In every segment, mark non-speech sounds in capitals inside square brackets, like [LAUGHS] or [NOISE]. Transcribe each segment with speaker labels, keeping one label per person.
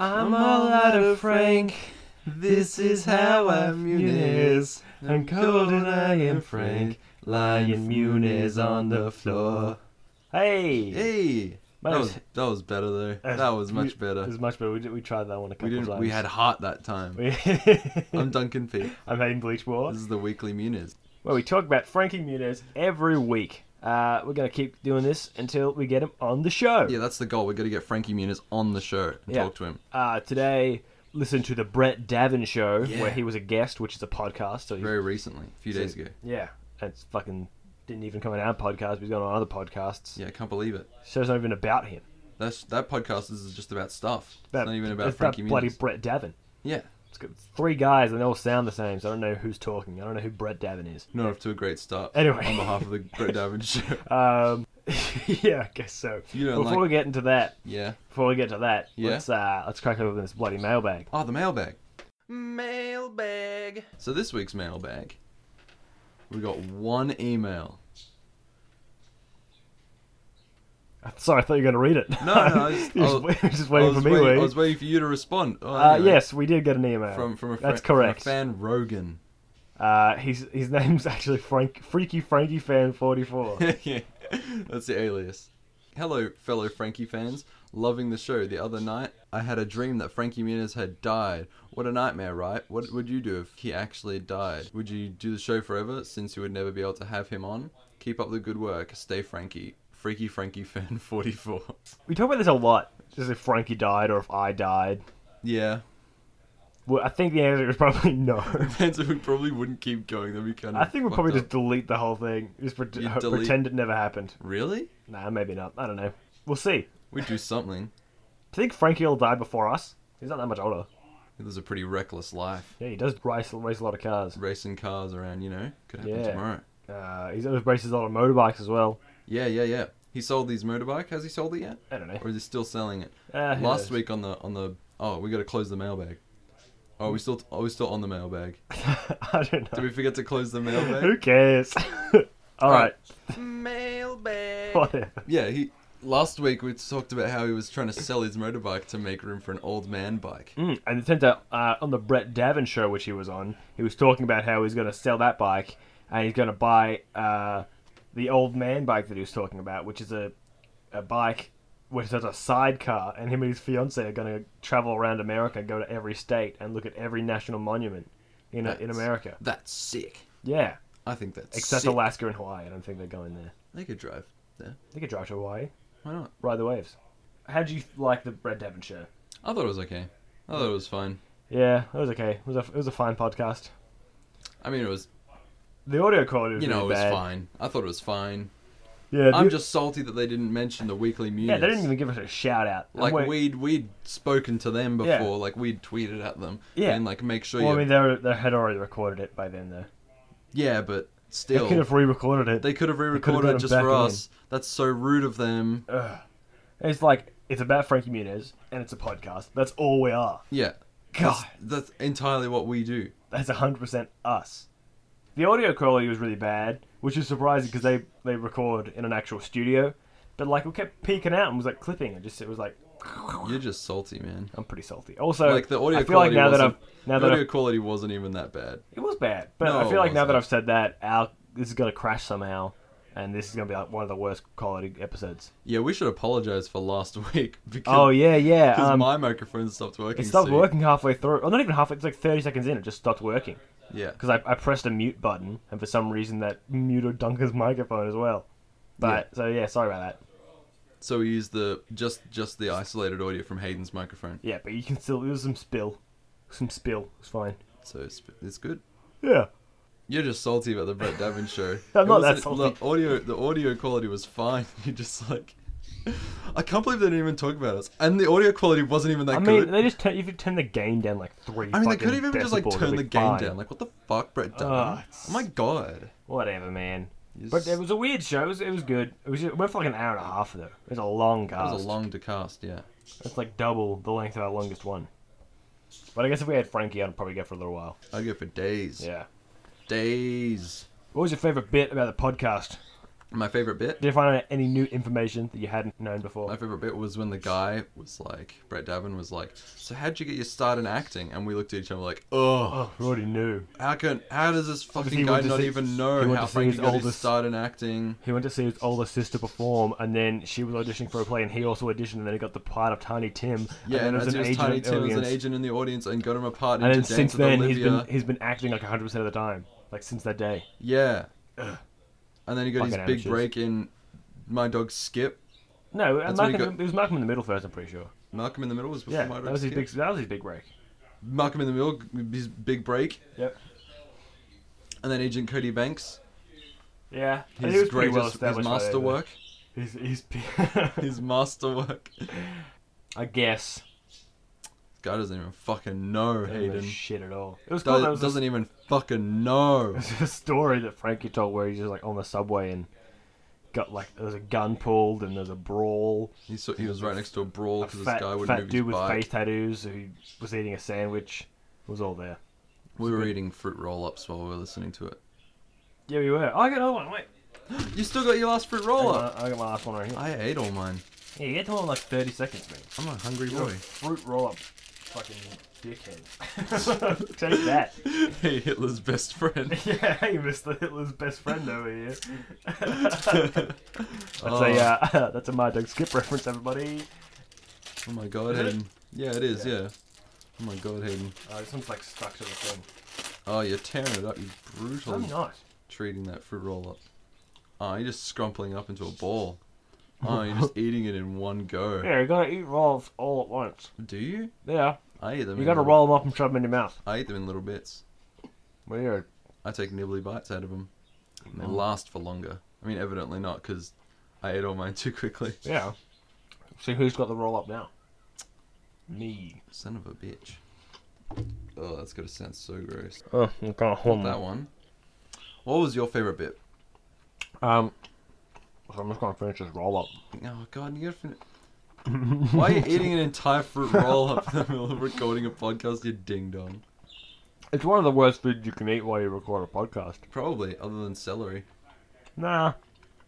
Speaker 1: I'm all out of Frank. This is how I'm Muniz. I'm cold and I am Frank. Lying Muniz on the floor.
Speaker 2: Hey,
Speaker 1: Hey,
Speaker 2: my
Speaker 1: that
Speaker 2: name's-
Speaker 1: was that was better though.
Speaker 2: uh,
Speaker 1: That was
Speaker 2: we-
Speaker 1: much
Speaker 2: It
Speaker 1: better.
Speaker 2: was much better. We, did, we tried that one a couple
Speaker 1: We didn't.
Speaker 2: times.
Speaker 1: We had heart that time.
Speaker 2: We- [LAUGHS]
Speaker 1: I'm Duncan Pete.
Speaker 2: I'm Hayden Bleachmore.
Speaker 1: [LAUGHS] This is the weekly Muniz.
Speaker 2: Well, we talk about Frankie Muniz every week. Uh, we're gonna keep doing this until we get him on the show.
Speaker 1: Yeah, that's the goal. We got to get Frankie Muniz on the show and
Speaker 2: Yeah.
Speaker 1: talk to him.
Speaker 2: Uh, today, listen to the Brett Davin show
Speaker 1: Yeah.
Speaker 2: where he was a guest, which is a podcast. So he's,
Speaker 1: Very recently, a few days ago.
Speaker 2: yeah, it's fucking didn't even come on our podcast. But he's gone on other podcasts.
Speaker 1: Yeah, I can't believe it.
Speaker 2: Show's not even about him.
Speaker 1: That's that podcast is just about stuff.
Speaker 2: That-
Speaker 1: it's not even about
Speaker 2: it's
Speaker 1: Frankie
Speaker 2: bloody
Speaker 1: Muniz.
Speaker 2: Brett Davin.
Speaker 1: Yeah,
Speaker 2: It's got three guys and they all sound the same, so I don't know who's talking. I don't know who Brett Davin is.
Speaker 1: not off to a great start.
Speaker 2: Anyway.
Speaker 1: on behalf of the
Speaker 2: [LAUGHS]
Speaker 1: Brett Davin show.
Speaker 2: Um, [LAUGHS] yeah, I guess so.
Speaker 1: You don't
Speaker 2: Before
Speaker 1: like-
Speaker 2: we get into that,
Speaker 1: Yeah.
Speaker 2: before we get to that,
Speaker 1: Yeah.
Speaker 2: let's uh, let's crack open this bloody mailbag.
Speaker 1: Oh, the mailbag. Mailbag. So this week's mailbag, we got one email.
Speaker 2: Sorry, I thought you were going to read it. [LAUGHS]
Speaker 1: No, no, I was-
Speaker 2: You're
Speaker 1: I was-
Speaker 2: just, you're just
Speaker 1: I
Speaker 2: waiting [LAUGHS]
Speaker 1: was
Speaker 2: for me.
Speaker 1: waiting,
Speaker 2: Wade.
Speaker 1: I was waiting for you to respond. Oh,
Speaker 2: uh,
Speaker 1: anyway.
Speaker 2: yes, we did get an email
Speaker 1: From from a fri-
Speaker 2: That's
Speaker 1: from a
Speaker 2: correct.
Speaker 1: fan Rogan.
Speaker 2: Uh, his his [LAUGHS] name's actually Frank Freaky Frankie Fan Forty
Speaker 1: [LAUGHS]
Speaker 2: Four.
Speaker 1: yeah, that's the alias. Hello, fellow Frankie fans. Loving the show. The other night, I had a dream that Frankie Muniz had died. What a nightmare, right? What would you do if he actually died? Would you do the show forever since you would never be able to have him on? Keep up the good work. Stay Frankie. Freaky Frankie [LAUGHS] fan 44.
Speaker 2: we talk about this a lot. Just if Frankie died or if I died.
Speaker 1: yeah. [LAUGHS]
Speaker 2: Well, I think the answer is probably [LAUGHS] no.
Speaker 1: Fans, we probably wouldn't keep going. That'd be kind of.
Speaker 2: I think we'll
Speaker 1: fucked
Speaker 2: probably just
Speaker 1: up.
Speaker 2: delete the whole thing. Just pre-
Speaker 1: You
Speaker 2: ho-
Speaker 1: delete-
Speaker 2: pretend it never happened.
Speaker 1: Really?
Speaker 2: Nah, maybe not. I don't know. We'll see.
Speaker 1: We'd do something.
Speaker 2: I think Frankie will die before us. He's not that much older.
Speaker 1: It was a pretty reckless life.
Speaker 2: Yeah, he does race, race a lot of cars.
Speaker 1: Racing cars around, you know? Could happen
Speaker 2: Yeah.
Speaker 1: tomorrow.
Speaker 2: Uh, he races a lot of motorbikes as well.
Speaker 1: Yeah, yeah, yeah. He sold his motorbike. Has he sold it yet,
Speaker 2: I don't know.
Speaker 1: or is he still selling it?
Speaker 2: Uh, who
Speaker 1: Last
Speaker 2: knows?
Speaker 1: week on the on the oh, we got to close the mailbag. Oh, we still are we still on the mailbag?
Speaker 2: [LAUGHS] I don't
Speaker 1: Did
Speaker 2: know.
Speaker 1: we forget to close the
Speaker 2: Who
Speaker 1: mailbag?
Speaker 2: cares? [LAUGHS] All right.
Speaker 1: mailbag.
Speaker 2: Whatever.
Speaker 1: Yeah, he last week we talked about how he was trying to sell his motorbike to make room for an old man bike.
Speaker 2: Mm, and it turns out uh, on the Brett Davin show, which he was on, he was talking about how he's going to sell that bike and he's going to buy uh, the old man bike that he was talking about, which is a, a bike which has a sidecar. And him and his fiance are going to travel around America, go to every state, and look at every national monument in, uh, in
Speaker 1: That's-
Speaker 2: America.
Speaker 1: That's sick.
Speaker 2: Yeah,
Speaker 1: I think that's
Speaker 2: except
Speaker 1: sick.
Speaker 2: Alaska and Hawaii. I don't think they're going there.
Speaker 1: They could drive there.
Speaker 2: They could drive to Hawaii,
Speaker 1: Why not?
Speaker 2: ride the waves. How do you like the Brett Davin show?
Speaker 1: I thought it was okay. I thought it was fine.
Speaker 2: Yeah, it was okay. It was a, it was a fine podcast.
Speaker 1: I mean, it was
Speaker 2: The audio quality was
Speaker 1: you know it
Speaker 2: really
Speaker 1: was
Speaker 2: bad.
Speaker 1: fine. I thought it was fine.
Speaker 2: Yeah, the-
Speaker 1: I'm just salty that they didn't mention the weekly news.
Speaker 2: yeah. They didn't even give us a shout out. And
Speaker 1: like
Speaker 2: we're-
Speaker 1: we'd we'd spoken to them before,
Speaker 2: Yeah.
Speaker 1: like we'd tweeted at them,
Speaker 2: Yeah.
Speaker 1: and like make sure
Speaker 2: well, I
Speaker 1: you,
Speaker 2: mean, they, were, they had already recorded it by then, though.
Speaker 1: yeah, but
Speaker 2: They
Speaker 1: still,
Speaker 2: could have re-recorded it.
Speaker 1: they could have
Speaker 2: done
Speaker 1: re-recorded
Speaker 2: it
Speaker 1: it just
Speaker 2: back Uh,
Speaker 1: for
Speaker 2: then.
Speaker 1: us. That's so rude of them.
Speaker 2: It's like it's about Frankie Muniz and it's a podcast. That's all we are.
Speaker 1: Yeah,
Speaker 2: God,
Speaker 1: that's entirely what we do.
Speaker 2: that's hundred percent us. The audio quality was really bad, which is surprising because they they record in an actual studio. But like we kept peeking out and was like clipping and just it was like
Speaker 1: You're just salty, man.
Speaker 2: I'm pretty salty. Also,
Speaker 1: Like the audio
Speaker 2: I feel like
Speaker 1: quality
Speaker 2: now that I've
Speaker 1: wasn't-
Speaker 2: now
Speaker 1: the
Speaker 2: that I've
Speaker 1: audio quality wasn't even that bad.
Speaker 2: It was bad, but
Speaker 1: No,
Speaker 2: I feel
Speaker 1: it
Speaker 2: like now that
Speaker 1: wasn't.
Speaker 2: I've said that, our this is gonna crash somehow, and this is gonna be like one of the worst quality episodes.
Speaker 1: Yeah, we should apologize for last [LAUGHS] week because
Speaker 2: Oh yeah, yeah.
Speaker 1: because
Speaker 2: Um,
Speaker 1: my microphone stopped working.
Speaker 2: it stopped
Speaker 1: see?
Speaker 2: working halfway through. Well, not even halfway. It's like thirty seconds in, it just stopped working
Speaker 1: Yeah,
Speaker 2: because I, I pressed a mute button, and for some reason that muted Duncan's microphone as well. But so yeah, sorry about that.
Speaker 1: so we used the just just the isolated audio from Hayden's microphone.
Speaker 2: Yeah, but you can still there was some spill, some spill. It's fine.
Speaker 1: So it's, it's good.
Speaker 2: Yeah.
Speaker 1: You're just salty about
Speaker 2: [LAUGHS]
Speaker 1: the Brett Davin show.
Speaker 2: I'm
Speaker 1: It
Speaker 2: not that
Speaker 1: wasn't-
Speaker 2: salty.
Speaker 1: The audio, the audio quality was fine. [LAUGHS] You just like, I can't believe they didn't even talk about us. And the audio quality wasn't even that
Speaker 2: I mean,
Speaker 1: good.
Speaker 2: they just turn, if you turn the gain down like three.
Speaker 1: I mean, they
Speaker 2: fucking
Speaker 1: could have even just like
Speaker 2: decibels,
Speaker 1: turn
Speaker 2: it'd
Speaker 1: the
Speaker 2: be
Speaker 1: game
Speaker 2: fine.
Speaker 1: down. Like, what the fuck, Brett
Speaker 2: Ugh,
Speaker 1: Davin?
Speaker 2: it's-
Speaker 1: oh my god.
Speaker 2: Whatever, man.
Speaker 1: You
Speaker 2: But
Speaker 1: s-
Speaker 2: it was a weird show. It was, it was good. It was it went for like an hour and a half though. It was a long
Speaker 1: That
Speaker 2: cast.
Speaker 1: was a long to cast. Yeah.
Speaker 2: It's like double the length of our longest one. But I guess if we had Frankie, I'd probably go for a little while.
Speaker 1: I'd go for days.
Speaker 2: Yeah.
Speaker 1: Days.
Speaker 2: What was your favorite bit about the podcast?
Speaker 1: My favorite bit.
Speaker 2: Did you find out any new information that you hadn't known
Speaker 1: My
Speaker 2: before?
Speaker 1: favorite bit was when the guy was like, Brett Davin was like, "So how'd you get your start in acting?" And we looked at each other like, "Oh,
Speaker 2: Oh, we already knew.
Speaker 1: how can? How does this
Speaker 2: Obviously
Speaker 1: fucking
Speaker 2: he
Speaker 1: guy
Speaker 2: wanted to
Speaker 1: not
Speaker 2: see-
Speaker 1: even
Speaker 2: he
Speaker 1: know
Speaker 2: wanted
Speaker 1: how
Speaker 2: to see his
Speaker 1: Frankie got his
Speaker 2: oldest-
Speaker 1: start in acting?"
Speaker 2: He went to see his older sister perform, and then she was auditioning for a play, and he also auditioned, and then he got the part of Tiny Tim.
Speaker 1: Yeah,
Speaker 2: Uh, and
Speaker 1: and
Speaker 2: then
Speaker 1: as
Speaker 2: it
Speaker 1: he
Speaker 2: was
Speaker 1: was
Speaker 2: an
Speaker 1: Tiny
Speaker 2: agent
Speaker 1: Tim was an
Speaker 2: audience.
Speaker 1: agent in the audience and got him a part
Speaker 2: And
Speaker 1: into
Speaker 2: then
Speaker 1: Dance
Speaker 2: since
Speaker 1: with
Speaker 2: then, he's
Speaker 1: Olivia.
Speaker 2: been he's been acting like 100 percent of the time, like since that day.
Speaker 1: Yeah. And then he got his
Speaker 2: Fucking
Speaker 1: big
Speaker 2: amateurs.
Speaker 1: break in My Dog Skip.
Speaker 2: No,
Speaker 1: That's when he
Speaker 2: Malcolm,
Speaker 1: got-
Speaker 2: it was Malcolm in the Middle first. I'm pretty sure.
Speaker 1: Malcolm in the Middle was before
Speaker 2: Yeah,
Speaker 1: My
Speaker 2: that
Speaker 1: Dog
Speaker 2: was his
Speaker 1: Skip.
Speaker 2: big that was his big break.
Speaker 1: Malcolm in the Middle, his big break.
Speaker 2: Yep.
Speaker 1: And then Agent Cody Banks,
Speaker 2: Yeah, and
Speaker 1: his
Speaker 2: he was pretty
Speaker 1: greatest,
Speaker 2: well
Speaker 1: his
Speaker 2: established by then,
Speaker 1: masterwork.
Speaker 2: though. His, his, [LAUGHS] pe-
Speaker 1: His masterwork. [LAUGHS]
Speaker 2: I guess.
Speaker 1: Guy doesn't even fucking know,
Speaker 2: I don't know
Speaker 1: Hayden.
Speaker 2: Shit at all. It was cool.
Speaker 1: Does,
Speaker 2: that was a-
Speaker 1: doesn't even fucking know.
Speaker 2: There's [LAUGHS] a story that Frankie told where he's just like on the subway and got like there's a gun pulled and there's a brawl.
Speaker 1: He, saw, he was right next to a brawl
Speaker 2: A
Speaker 1: because this
Speaker 2: fat,
Speaker 1: guy wouldn't
Speaker 2: fat
Speaker 1: move his
Speaker 2: dude with
Speaker 1: bike.
Speaker 2: face tattoos who was eating a sandwich It was all there.
Speaker 1: We were eating fruit roll-ups while we were listening to it.
Speaker 2: Yeah, we were. Oh, I got another one. Wait,
Speaker 1: You still got your last fruit
Speaker 2: I
Speaker 1: roll-up.
Speaker 2: got, my, I got my last one right here.
Speaker 1: I ate all mine.
Speaker 2: Yeah, you get to one in like 30 seconds, man.
Speaker 1: I'm a hungry
Speaker 2: You're a [LAUGHS]
Speaker 1: boy.
Speaker 2: fruit roll up, fucking dickhead. [LAUGHS] Take that.
Speaker 1: hey, Hitler's best friend.
Speaker 2: [LAUGHS] Yeah, you missed the Hitler's best friend over here. that's
Speaker 1: Oh.
Speaker 2: a uh, [LAUGHS] that's a my dog skip reference, everybody.
Speaker 1: Oh my god,
Speaker 2: Is it?
Speaker 1: Hayden. Yeah, it is, yeah.
Speaker 2: Yeah.
Speaker 1: Oh my god, Hayden.
Speaker 2: Oh, this one's like stuck to the thing.
Speaker 1: Oh, you're tearing it up. You're brutally
Speaker 2: I'm not.
Speaker 1: treating that fruit roll up. Oh, you're just scrumpling up into a ball. Oh, you're
Speaker 2: [LAUGHS]
Speaker 1: just eating it in one go.
Speaker 2: Yeah, you gotta eat rolls all at once.
Speaker 1: Do you?
Speaker 2: Yeah,
Speaker 1: I eat them.
Speaker 2: you
Speaker 1: in
Speaker 2: gotta
Speaker 1: little-
Speaker 2: roll them up and shove them in your mouth.
Speaker 1: I eat them in little bits.
Speaker 2: Weird.
Speaker 1: I take nibbly bites out of them. And they
Speaker 2: Mm.
Speaker 1: last for longer. I mean, evidently not, because I ate all mine [LAUGHS] too quickly.
Speaker 2: Yeah. See who's got the roll up now? Me.
Speaker 1: Son of a bitch. Oh, that's gotta sound so gross.
Speaker 2: Oh, I'm gonna hold
Speaker 1: That one. What was your favorite bit?
Speaker 2: Um, so I'm just gonna finish this roll up.
Speaker 1: Oh god, you gotta finish. Why are you eating an entire fruit roll up
Speaker 2: [LAUGHS]
Speaker 1: in the middle of recording a podcast, you ding dong?
Speaker 2: It's one of the worst foods you can eat while you record a podcast.
Speaker 1: Probably, other than celery.
Speaker 2: Nah.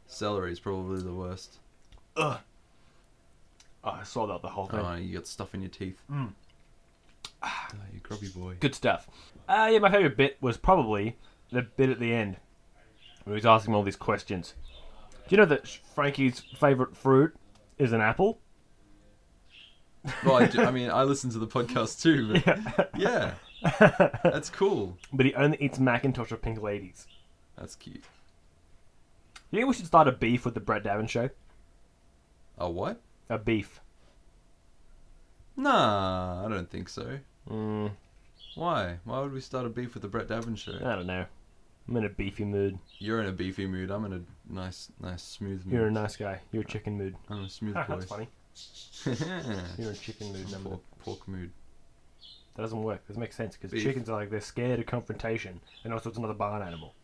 Speaker 1: Celery is probably the worst.
Speaker 2: Oh, I saw that the whole thing.
Speaker 1: Oh, you got stuff in your teeth.
Speaker 2: Mm.
Speaker 1: Ah, you grubby boy.
Speaker 2: Good stuff. Uh, yeah, my favorite bit was probably the bit at the end where he's asking him all these questions. Do you know that Frankie's favorite fruit is an apple? [LAUGHS]
Speaker 1: Well, I, do- I mean, I listen to the podcast too, but yeah. That's cool.
Speaker 2: But he only eats Macintosh or Pink Ladies.
Speaker 1: That's cute.
Speaker 2: You think we should start a beef with the Brett Davin show?
Speaker 1: A what?
Speaker 2: A beef.
Speaker 1: Nah, I don't think so.
Speaker 2: Mm,
Speaker 1: Why? Why would we start a beef with the Brett Davin show?
Speaker 2: I don't know. I'm in a beefy mood.
Speaker 1: You're in a beefy mood. I'm in a nice, nice, smooth mood.
Speaker 2: You're a nice guy. You're a chicken mood.
Speaker 1: I'm a smooth boy.
Speaker 2: [LAUGHS] That's funny.
Speaker 1: [LAUGHS]
Speaker 2: You're a chicken mood.
Speaker 1: It's a
Speaker 2: Number.
Speaker 1: pork, pork mood.
Speaker 2: That doesn't work. Doesn't make sense because
Speaker 1: Beef.
Speaker 2: chickens are like they're scared of confrontation, and also it's another barn animal.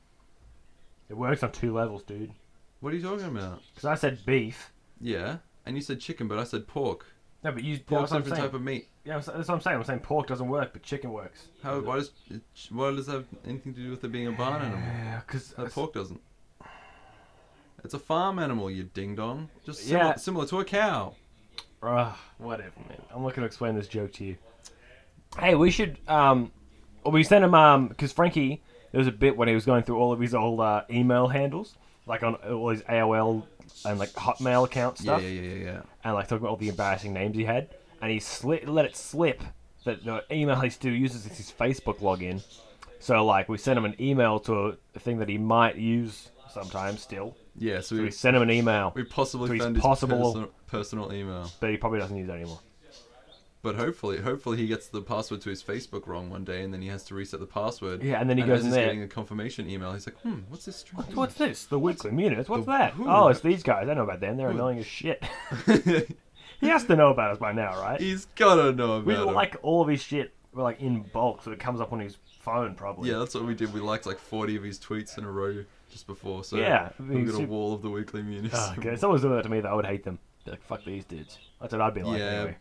Speaker 2: It works on two levels, dude.
Speaker 1: What are you talking about?
Speaker 2: Because I said beef.
Speaker 1: Yeah, and you said chicken, but I said pork.
Speaker 2: No, but you. that's what
Speaker 1: Pork's a
Speaker 2: I'm
Speaker 1: different
Speaker 2: saying.
Speaker 1: type of meat.
Speaker 2: Yeah, that's that's what I'm saying. I'm saying pork doesn't work, but chicken works.
Speaker 1: How? Why does? Why does that have anything to do with it being a barn animal?
Speaker 2: Because
Speaker 1: The pork doesn't. It's a farm animal, you ding dong. Just similar,
Speaker 2: Yeah.
Speaker 1: similar to a cow.
Speaker 2: whatever, man. I'm not gonna explain this joke to you. Hey, we should. Um, well, we sent him. Um, because Frankie, there was a bit when he was going through all of his old uh, email handles, like on all his AOL and like Hotmail account
Speaker 1: Yeah,
Speaker 2: stuff.
Speaker 1: yeah, yeah, yeah, yeah.
Speaker 2: and like talking about all the embarrassing names he had, and he sli- let it slip that the email he still uses is his Facebook login. So like we sent him an email to a thing that he might use sometimes still.
Speaker 1: Yeah, so
Speaker 2: So we
Speaker 1: we,
Speaker 2: sent him an email
Speaker 1: we possibly
Speaker 2: so he's
Speaker 1: found his
Speaker 2: possible-
Speaker 1: personal, personal email.
Speaker 2: that he probably doesn't use anymore.
Speaker 1: But hopefully, hopefully he gets the password to his Facebook wrong one day, and then he has to reset the password.
Speaker 2: Yeah, and then he
Speaker 1: as
Speaker 2: goes in
Speaker 1: he's
Speaker 2: there-
Speaker 1: getting a confirmation email. He's like, hmm, what's this strange? email?"
Speaker 2: What's this? The Weekly Minutes? What's
Speaker 1: The-
Speaker 2: that?
Speaker 1: who?
Speaker 2: Oh, it's these guys. I know about them. They're annoying as shit. [LAUGHS] he has to know about us by now, right?
Speaker 1: [LAUGHS] he's gotta know about
Speaker 2: We
Speaker 1: him.
Speaker 2: like all of his shit. We're like in bulk, so it comes up on his phone probably.
Speaker 1: Yeah, that's what we did. We liked like 40 of his tweets in a row just before. So
Speaker 2: Yeah,
Speaker 1: we got a
Speaker 2: he's-
Speaker 1: wall of the weekly munis.
Speaker 2: Oh, okay. If someone's doing that to me, though, I would hate them. Be like, fuck these dudes. That's what I'd be like.
Speaker 1: Yeah.
Speaker 2: Anyway.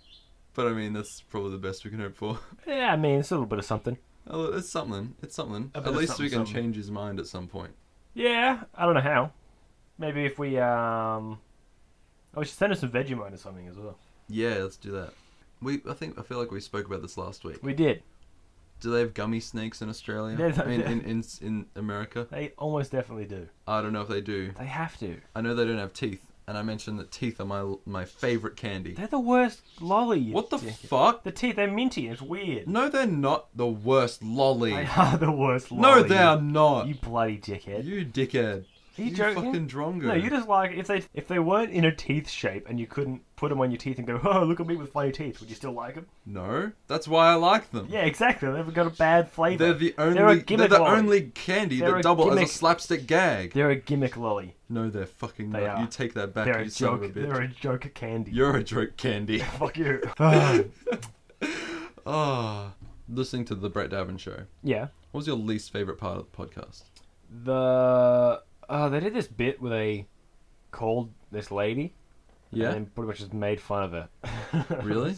Speaker 1: But I mean, that's probably the best we can hope for. [LAUGHS]
Speaker 2: Yeah, I mean, it's a little bit of something.
Speaker 1: Oh, It's something. It's something.
Speaker 2: A bit
Speaker 1: at
Speaker 2: of
Speaker 1: least we
Speaker 2: something,
Speaker 1: can
Speaker 2: something.
Speaker 1: change his mind at some point.
Speaker 2: Yeah, I don't know how. Maybe if we um, oh, we should send us some Vegemite or something as well.
Speaker 1: Yeah, let's do that. We, I think, I feel like we spoke about this last week.
Speaker 2: We did.
Speaker 1: Do they have gummy snakes in Australia?
Speaker 2: There's-
Speaker 1: I mean, in, in in America,
Speaker 2: They almost definitely do.
Speaker 1: I don't know if they do.
Speaker 2: They have to.
Speaker 1: I know they don't have teeth, and I mentioned that teeth are my my favorite candy.
Speaker 2: They're the worst lolly. you
Speaker 1: What the
Speaker 2: dick.
Speaker 1: fuck?
Speaker 2: The teeth, they're minty. It's weird.
Speaker 1: No, they're not the worst lolly.
Speaker 2: They are the worst lolly.
Speaker 1: No, they are not.
Speaker 2: You
Speaker 1: You,
Speaker 2: bloody dickhead.
Speaker 1: dickhead.
Speaker 2: Are you joking?
Speaker 1: fucking drongo.
Speaker 2: No, you just like if they if they weren't in a teeth shape and you couldn't put them on your teeth and go, [LAUGHS] oh, look at me with funny teeth. Would you still like them?
Speaker 1: No, that's why I like them.
Speaker 2: Yeah, exactly. They've got a bad flavor.
Speaker 1: They're the only.
Speaker 2: They're
Speaker 1: They're,
Speaker 2: a gimmick
Speaker 1: the
Speaker 2: lolly.
Speaker 1: only candy
Speaker 2: They're a
Speaker 1: that double as a
Speaker 2: gimmick.
Speaker 1: slapstick gag.
Speaker 2: They're a gimmick lolly.
Speaker 1: no, they're fucking.
Speaker 2: They
Speaker 1: not.
Speaker 2: are.
Speaker 1: You take that back.
Speaker 2: they're a
Speaker 1: you son of
Speaker 2: joke.
Speaker 1: a bitch.
Speaker 2: they're a joke candy.
Speaker 1: You're a
Speaker 2: [LAUGHS]
Speaker 1: joke candy.
Speaker 2: Fuck
Speaker 1: [SIGHS]
Speaker 2: you. Ah,
Speaker 1: Ah, listening to the Brett Davin show.
Speaker 2: yeah.
Speaker 1: What was your least favorite part of the podcast?
Speaker 2: The uh, they did this bit where they called this lady
Speaker 1: Yeah,
Speaker 2: and then pretty much just made fun of her. [LAUGHS]
Speaker 1: really?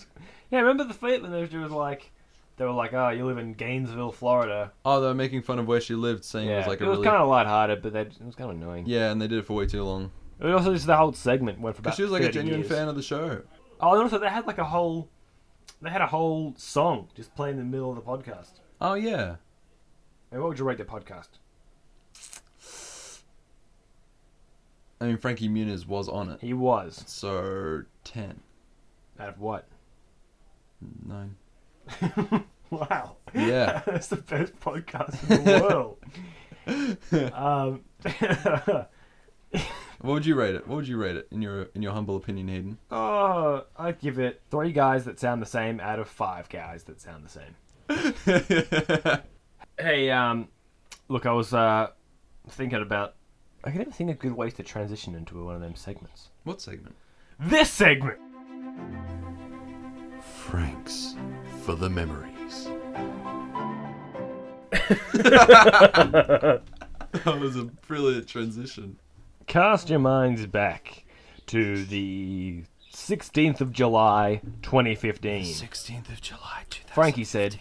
Speaker 2: Yeah, remember the fit when they were like, they were like, "Oh, you live in Gainesville, Florida."
Speaker 1: Oh, they were making fun of where she lived, saying
Speaker 2: yeah,
Speaker 1: it was like a really.
Speaker 2: kind of lighthearted, but they, it was kind of annoying.
Speaker 1: Yeah, and they did it for way too long.
Speaker 2: It was also just the whole segment went for about.
Speaker 1: Because she was like a
Speaker 2: 30
Speaker 1: genuine
Speaker 2: years.
Speaker 1: fan of the show.
Speaker 2: Oh, and also they had like a whole, they had a whole song just playing in the middle of the podcast.
Speaker 1: Oh yeah,
Speaker 2: Hey, what would you rate the podcast?
Speaker 1: I mean Frankie Muniz was on it,
Speaker 2: He was
Speaker 1: so ten,
Speaker 2: out of what?
Speaker 1: nine.
Speaker 2: [LAUGHS] wow.
Speaker 1: Yeah.
Speaker 2: [LAUGHS] that's the best podcast in the world. um, [LAUGHS]
Speaker 1: What would you rate it? What would you rate it in your in your humble opinion, Hayden?
Speaker 2: oh, I'd give it three guys that sound the same out of five guys that sound the same. Hey, um, look, I was uh, thinking about. I could never think of good ways to transition into one of them segments.
Speaker 1: what segment?
Speaker 2: This segment.
Speaker 1: Franks for the memories. [LAUGHS] that was a brilliant transition.
Speaker 2: Cast your minds back to the 16th of July, 2015.
Speaker 1: Sixteenth of July, two thousand.
Speaker 2: Frankie said,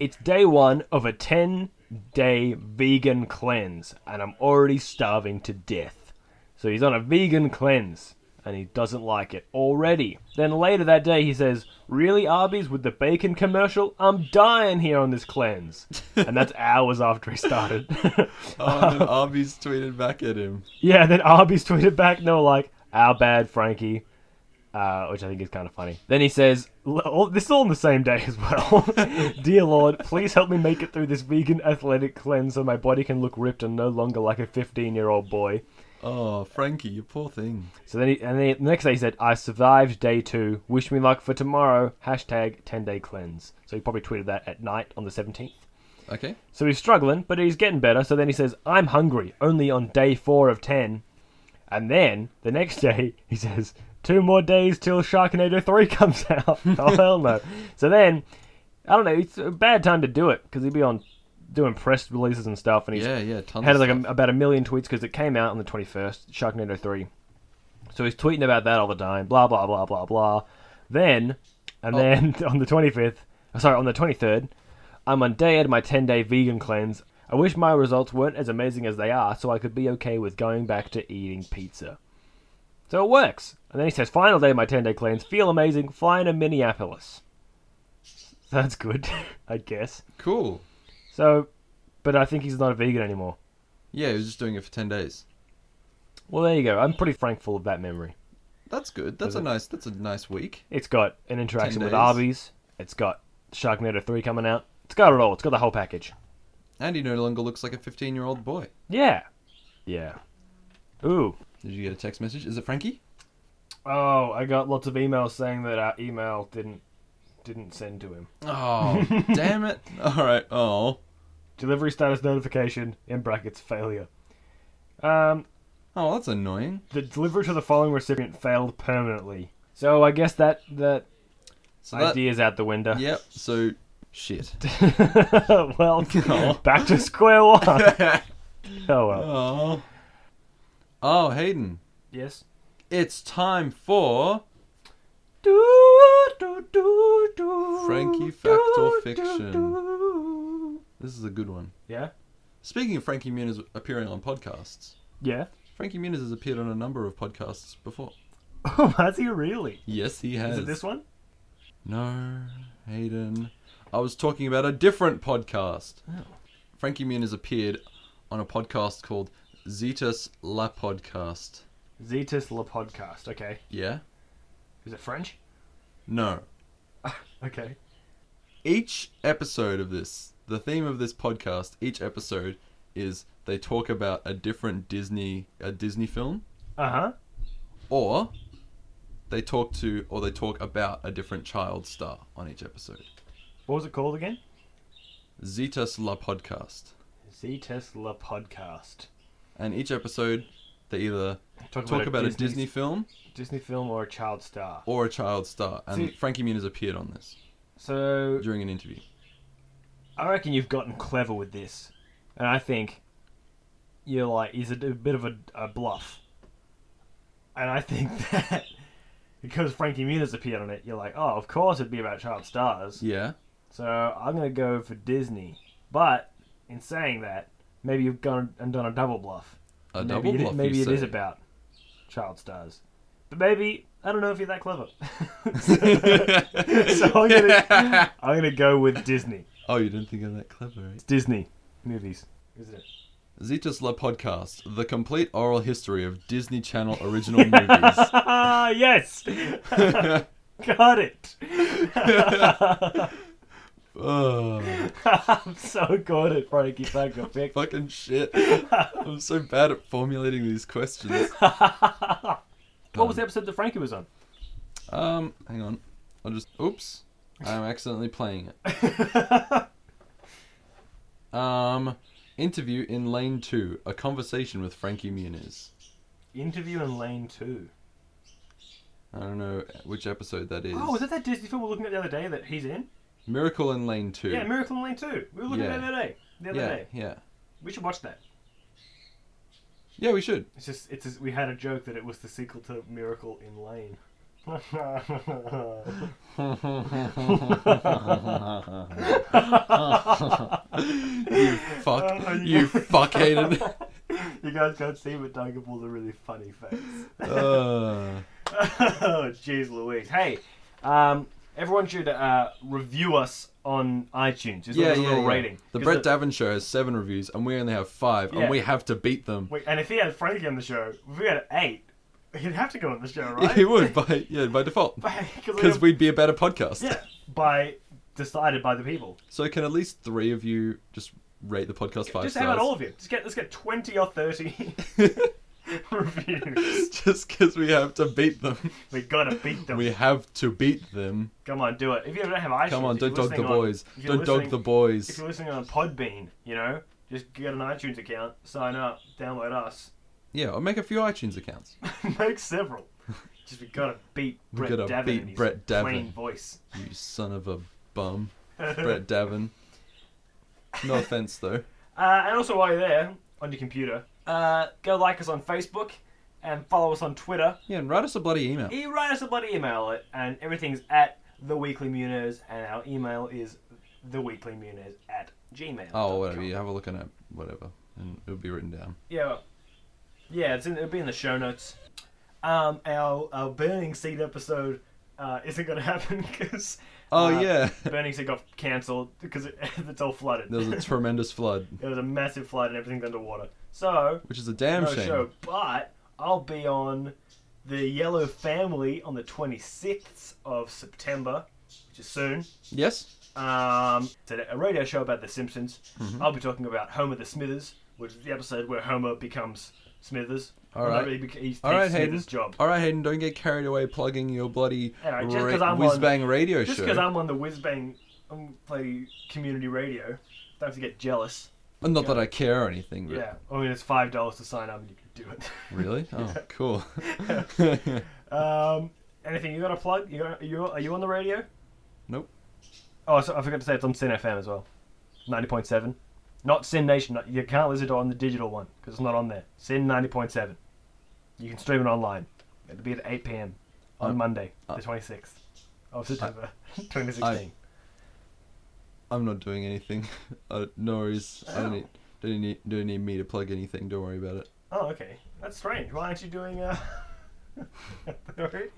Speaker 2: "It's day one of a ten-day vegan cleanse, and I'm already starving to death." So he's on a vegan cleanse, and he doesn't like it already. Then later that day, he says, "Really, Arby's with the bacon commercial? I'm dying here on this cleanse," and that's hours after he started.
Speaker 1: Oh,
Speaker 2: [LAUGHS]
Speaker 1: and then Arby's tweeted back at him.
Speaker 2: yeah, then Arby's [LAUGHS] tweeted back, and they were like, "Our bad, Frankie." uh, which I think is kind of funny. Then he says, l- all- "This is all on the same day as well." [LAUGHS] Dear Lord, please help me make it through this vegan athletic cleanse so my body can look ripped and no longer like a 15-year-old boy.
Speaker 1: Oh, Frankie, you poor thing.
Speaker 2: So then, he, and then the next day he said, "I survived day two. Wish me luck for tomorrow." Hashtag 10-day cleanse. So he probably tweeted that at night on the 17th.
Speaker 1: Okay.
Speaker 2: So he's struggling, but he's getting better. So then he says, I'm hungry, only on day four of 10. And then the next day, [LAUGHS] he says, Two more days till Sharknado 3 [LAUGHS] comes out. oh, hell no. So then, I don't know, it's a bad time to do it because he'd be on doing press releases and stuff. And he's
Speaker 1: Yeah, yeah. Tons.
Speaker 2: had
Speaker 1: of
Speaker 2: like a,
Speaker 1: stuff.
Speaker 2: about a million tweets because it came out on the 21st, Sharknado 3. So he's tweeting about that all the time, blah, blah, blah, blah, blah. Then, and then [LAUGHS] on the 25th, sorry, on the 23rd, I'm on day eight of my 10 day vegan cleanse. I wish my results weren't as amazing as they are so I could be okay with going back to eating pizza. So it works. And then he says, final day of my 10 day cleanse, feel amazing, flying to Minneapolis. [LAUGHS] That's good, [LAUGHS] I guess.
Speaker 1: cool.
Speaker 2: So, but I think he's not a vegan anymore.
Speaker 1: Yeah, he was just doing it for ten days.
Speaker 2: Well, there you go. I'm pretty thankful of that memory.
Speaker 1: That's good. That's
Speaker 2: Was
Speaker 1: a
Speaker 2: it-
Speaker 1: nice. That's a nice week.
Speaker 2: It's got an interaction
Speaker 1: 10
Speaker 2: with
Speaker 1: days.
Speaker 2: Arby's. It's got Sharknado 3 coming out. It's got it all. It's got the whole package.
Speaker 1: And he no longer looks like a fifteen-year-old boy.
Speaker 2: Yeah. Yeah. Ooh.
Speaker 1: Did you get a text message? Is it Frankie?
Speaker 2: Oh, I got lots of emails saying that our email didn't didn't send to him.
Speaker 1: Oh, [LAUGHS] damn it! All right. Oh,
Speaker 2: Delivery status notification in brackets failure. Um,
Speaker 1: oh, that's annoying.
Speaker 2: the delivery to the following recipient failed permanently. So I guess that that
Speaker 1: So that,
Speaker 2: idea's out the window.
Speaker 1: Yep. So, shit.
Speaker 2: [LAUGHS] well,
Speaker 1: [LAUGHS] Oh.
Speaker 2: back to square one. [LAUGHS] Oh well.
Speaker 1: oh. Oh, Hayden.
Speaker 2: Yes.
Speaker 1: It's time for
Speaker 2: Do, do, do, do,
Speaker 1: Frankie
Speaker 2: do,
Speaker 1: fact or
Speaker 2: do,
Speaker 1: fiction?
Speaker 2: do.
Speaker 1: this is a good one.
Speaker 2: Yeah?
Speaker 1: Speaking of Frankie Muniz appearing on podcasts,
Speaker 2: Yeah. [LAUGHS]
Speaker 1: Frankie Muniz has appeared on a number of podcasts before.
Speaker 2: Oh, has he really?
Speaker 1: Yes, he has.
Speaker 2: Is it this one?
Speaker 1: No, Hayden. I was talking about a different podcast.
Speaker 2: Oh.
Speaker 1: Frankie Muniz appeared on a podcast called Zetas La Podcast.
Speaker 2: Zetas La Podcast. Okay.
Speaker 1: Yeah?
Speaker 2: Is it French?
Speaker 1: No.
Speaker 2: Okay.
Speaker 1: Each episode of this, the theme of this podcast, each episode is they talk about a different Disney a Disney film
Speaker 2: Uh huh.
Speaker 1: or they talk to or they talk about a different child star on each episode.
Speaker 2: What was it called again?
Speaker 1: Zetas La Podcast.
Speaker 2: Zetas La Podcast.
Speaker 1: And each episode they either
Speaker 2: Talk,
Speaker 1: talk about a
Speaker 2: Disney-
Speaker 1: Disney film
Speaker 2: Disney film or a child star.
Speaker 1: or a child star. And
Speaker 2: See-
Speaker 1: Frankie Muniz appeared on this
Speaker 2: So
Speaker 1: during an interview.
Speaker 2: I reckon you've gotten clever with this, and I think you're like is it a bit of a, a bluff, and I think [LAUGHS] that because Frankie Muniz appeared on it, you're like, oh, of course it'd be about child stars.
Speaker 1: Yeah.
Speaker 2: So I'm gonna go for Disney. But in saying that, maybe you've gone and done a double bluff.
Speaker 1: A
Speaker 2: maybe
Speaker 1: double
Speaker 2: it-
Speaker 1: bluff.
Speaker 2: maybe
Speaker 1: you
Speaker 2: it is
Speaker 1: say.
Speaker 2: about child stars, but maybe I don't know if you're that clever. [LAUGHS]
Speaker 1: [LAUGHS]
Speaker 2: so [LAUGHS] I'm gonna, I'm gonna go with Disney.
Speaker 1: Oh, you didn't think I'm that clever, right?
Speaker 2: Disney movies, isn't [LAUGHS] it?
Speaker 1: Zetas La Podcast, the complete oral history of Disney Channel
Speaker 2: [LAUGHS]
Speaker 1: original movies. [LAUGHS]
Speaker 2: Ah, yes. Got
Speaker 1: [LAUGHS]
Speaker 2: it.
Speaker 1: oh,
Speaker 2: I'm so good at Frankie Funko Pick.
Speaker 1: fucking shit. I'm so bad at formulating these questions.
Speaker 2: What was the episode that Frankie was on?
Speaker 1: Um, hang on. I'll just. Oops. I'm accidentally playing it. um, interview in lane two: a conversation with Frankie Muniz.
Speaker 2: [LAUGHS] Interview in Lane 2.
Speaker 1: I don't know which episode that is.
Speaker 2: Oh, was that that Disney film we were looking at the other day that he's in?
Speaker 1: Miracle in Lane Two.
Speaker 2: Yeah, Miracle in Lane 2. We were looking at it
Speaker 1: Yeah.
Speaker 2: the other day. The other
Speaker 1: yeah,
Speaker 2: day.
Speaker 1: yeah,
Speaker 2: We should watch that.
Speaker 1: yeah. We should.
Speaker 2: It's just, it's just, we had a joke that it was the sequel to Miracle in Lane. [LAUGHS] [LAUGHS]
Speaker 1: you fuck.
Speaker 2: Oh, you- [LAUGHS]
Speaker 1: you fuck hated.
Speaker 2: you guys can't see, but Tiger pulled a really funny face.
Speaker 1: Uh,
Speaker 2: [LAUGHS] oh, jeez Louise. Hey, um, everyone should uh, review us on iTunes. Just
Speaker 1: yeah,
Speaker 2: give us a
Speaker 1: yeah,
Speaker 2: little
Speaker 1: yeah.
Speaker 2: rating.
Speaker 1: The
Speaker 2: 'Cause
Speaker 1: Brett Davin show has seven reviews, and we only have five,
Speaker 2: Yeah.
Speaker 1: and we have to beat them. [LAUGHS]
Speaker 2: Wait, and if he had Frankie on the show, if we had eight, he'd have to go on the show,
Speaker 1: Yeah,
Speaker 2: right?
Speaker 1: [LAUGHS]
Speaker 2: [LAUGHS]
Speaker 1: he would by yeah by default because
Speaker 2: Because
Speaker 1: we'd be a better podcast.
Speaker 2: Yeah, by decided by the people.
Speaker 1: So can at least three of you just rate the podcast five
Speaker 2: Just how
Speaker 1: stars?
Speaker 2: about all of you? Just get let's get twenty or thirty reviews.
Speaker 1: [LAUGHS] just because we have to beat them.
Speaker 2: We gotta beat them.
Speaker 1: We have to beat them.
Speaker 2: Come on, do it. If you don't have iTunes,
Speaker 1: Come on,
Speaker 2: if you're
Speaker 1: don't dog the
Speaker 2: listening on-
Speaker 1: boys.
Speaker 2: if you're
Speaker 1: Don't dog
Speaker 2: listening-
Speaker 1: the
Speaker 2: If
Speaker 1: boys.
Speaker 2: you're listening on Podbean, you know, just get an iTunes account, sign up, download us, [LAUGHS]
Speaker 1: Yeah, or make a few iTunes accounts.
Speaker 2: make several. Just we gotta beat
Speaker 1: We
Speaker 2: Brett
Speaker 1: gotta
Speaker 2: Davin
Speaker 1: beat
Speaker 2: and his
Speaker 1: Brett Davin.
Speaker 2: plain voice.
Speaker 1: You son of a
Speaker 2: [LAUGHS]
Speaker 1: bum, Brett Davin. No offense though.
Speaker 2: Uh, and also, while you're there on your computer, uh, go like us on Facebook and follow us on Twitter.
Speaker 1: Yeah, and write us a bloody email.
Speaker 2: E- write us a bloody email, it, and everything's at the Weekly Muniz, and our email is the Weekly Muniz at gmail.
Speaker 1: Oh, whatever. You have a look on it, whatever, and it'll be written down.
Speaker 2: Yeah, well, yeah, it's in, it'll be in the show notes. Um, our our burning seed episode uh, isn't going to [LAUGHS] happen because
Speaker 1: Oh
Speaker 2: Uh,
Speaker 1: yeah,
Speaker 2: burning seed got cancelled because it, [LAUGHS] it's all flooded.
Speaker 1: there
Speaker 2: [LAUGHS]
Speaker 1: was a tremendous flood,
Speaker 2: There was a massive flood and everything's underwater. So
Speaker 1: which is a damn
Speaker 2: no
Speaker 1: shame.
Speaker 2: show, but I'll be on the Yellow Family on the 26th of September, which is soon.
Speaker 1: Yes.
Speaker 2: Um, it's a a radio show about The Simpsons.
Speaker 1: Mm-hmm.
Speaker 2: I'll be talking about Homer the Smithers, which is the episode where Homer becomes Smithers.
Speaker 1: All
Speaker 2: Well,
Speaker 1: right.
Speaker 2: no, He, bec- he takes
Speaker 1: All right, Hayden.
Speaker 2: Smithers' job.
Speaker 1: All right, Hayden. Don't get carried away plugging your bloody
Speaker 2: All right, just
Speaker 1: ra-
Speaker 2: 'cause I'm on-
Speaker 1: whiz bang radio
Speaker 2: Just
Speaker 1: show.
Speaker 2: because I'm on the whiz bang, I'm play community radio. Don't have to get jealous.
Speaker 1: Well, Not that I care or anything. But
Speaker 2: Yeah. I mean, it's five dollars to sign up, and you can do it. [LAUGHS]
Speaker 1: Really? Oh, cool.
Speaker 2: Um, anything you got to plug? You got, are you are you on the radio?
Speaker 1: Nope.
Speaker 2: Oh, so I forgot to say it's on Sin FM as well, ninety point seven. Not Sin Nation. not- You can't listen to it on the digital one because it's not on there. Sin ninety point seven. You can stream it online. It'll be at eight PM on
Speaker 1: I'm-
Speaker 2: Monday,
Speaker 1: I-
Speaker 2: the twenty sixth of September, [LAUGHS] twenty
Speaker 1: Oh. Uh. I-
Speaker 2: sixteen.
Speaker 1: I'm not doing anything. [LAUGHS] Uh, no worries. I don't need, don't need don't need me to plug anything. Don't worry about it.
Speaker 2: Oh, okay. That's strange. Why aren't you doing uh? [LAUGHS]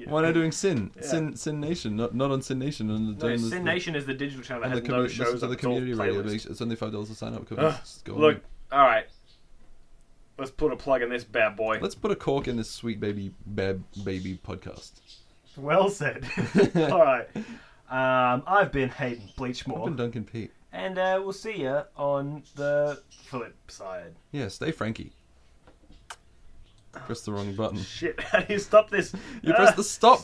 Speaker 1: Why not doing Sin?
Speaker 2: Yeah.
Speaker 1: Sin Sin Nation, not not on Sin Nation. On the,
Speaker 2: No,
Speaker 1: on the-
Speaker 2: Sin Nation is the digital channel that
Speaker 1: on the
Speaker 2: has
Speaker 1: commu-
Speaker 2: no
Speaker 1: listen
Speaker 2: shows
Speaker 1: to
Speaker 2: on
Speaker 1: the
Speaker 2: its all
Speaker 1: community radio.
Speaker 2: playlist.
Speaker 1: It's only five dollars to sign up. Come on,
Speaker 2: Ugh,
Speaker 1: just go on.
Speaker 2: Look, all right. Let's put a plug in this bad boy.
Speaker 1: let's put a cork in this sweet baby bab baby podcast.
Speaker 2: Well
Speaker 1: [LAUGHS]
Speaker 2: said. [LAUGHS] all right. Um, I've been Hayden
Speaker 1: I've been
Speaker 2: Bleachmore,
Speaker 1: Duncan Pete.
Speaker 2: and uh, we'll see you on the flip side.
Speaker 1: Yeah, stay Frankie. Press the wrong button.
Speaker 2: Oh, Shit! [LAUGHS] How do you stop this?
Speaker 1: You press
Speaker 2: Ah.
Speaker 1: the stop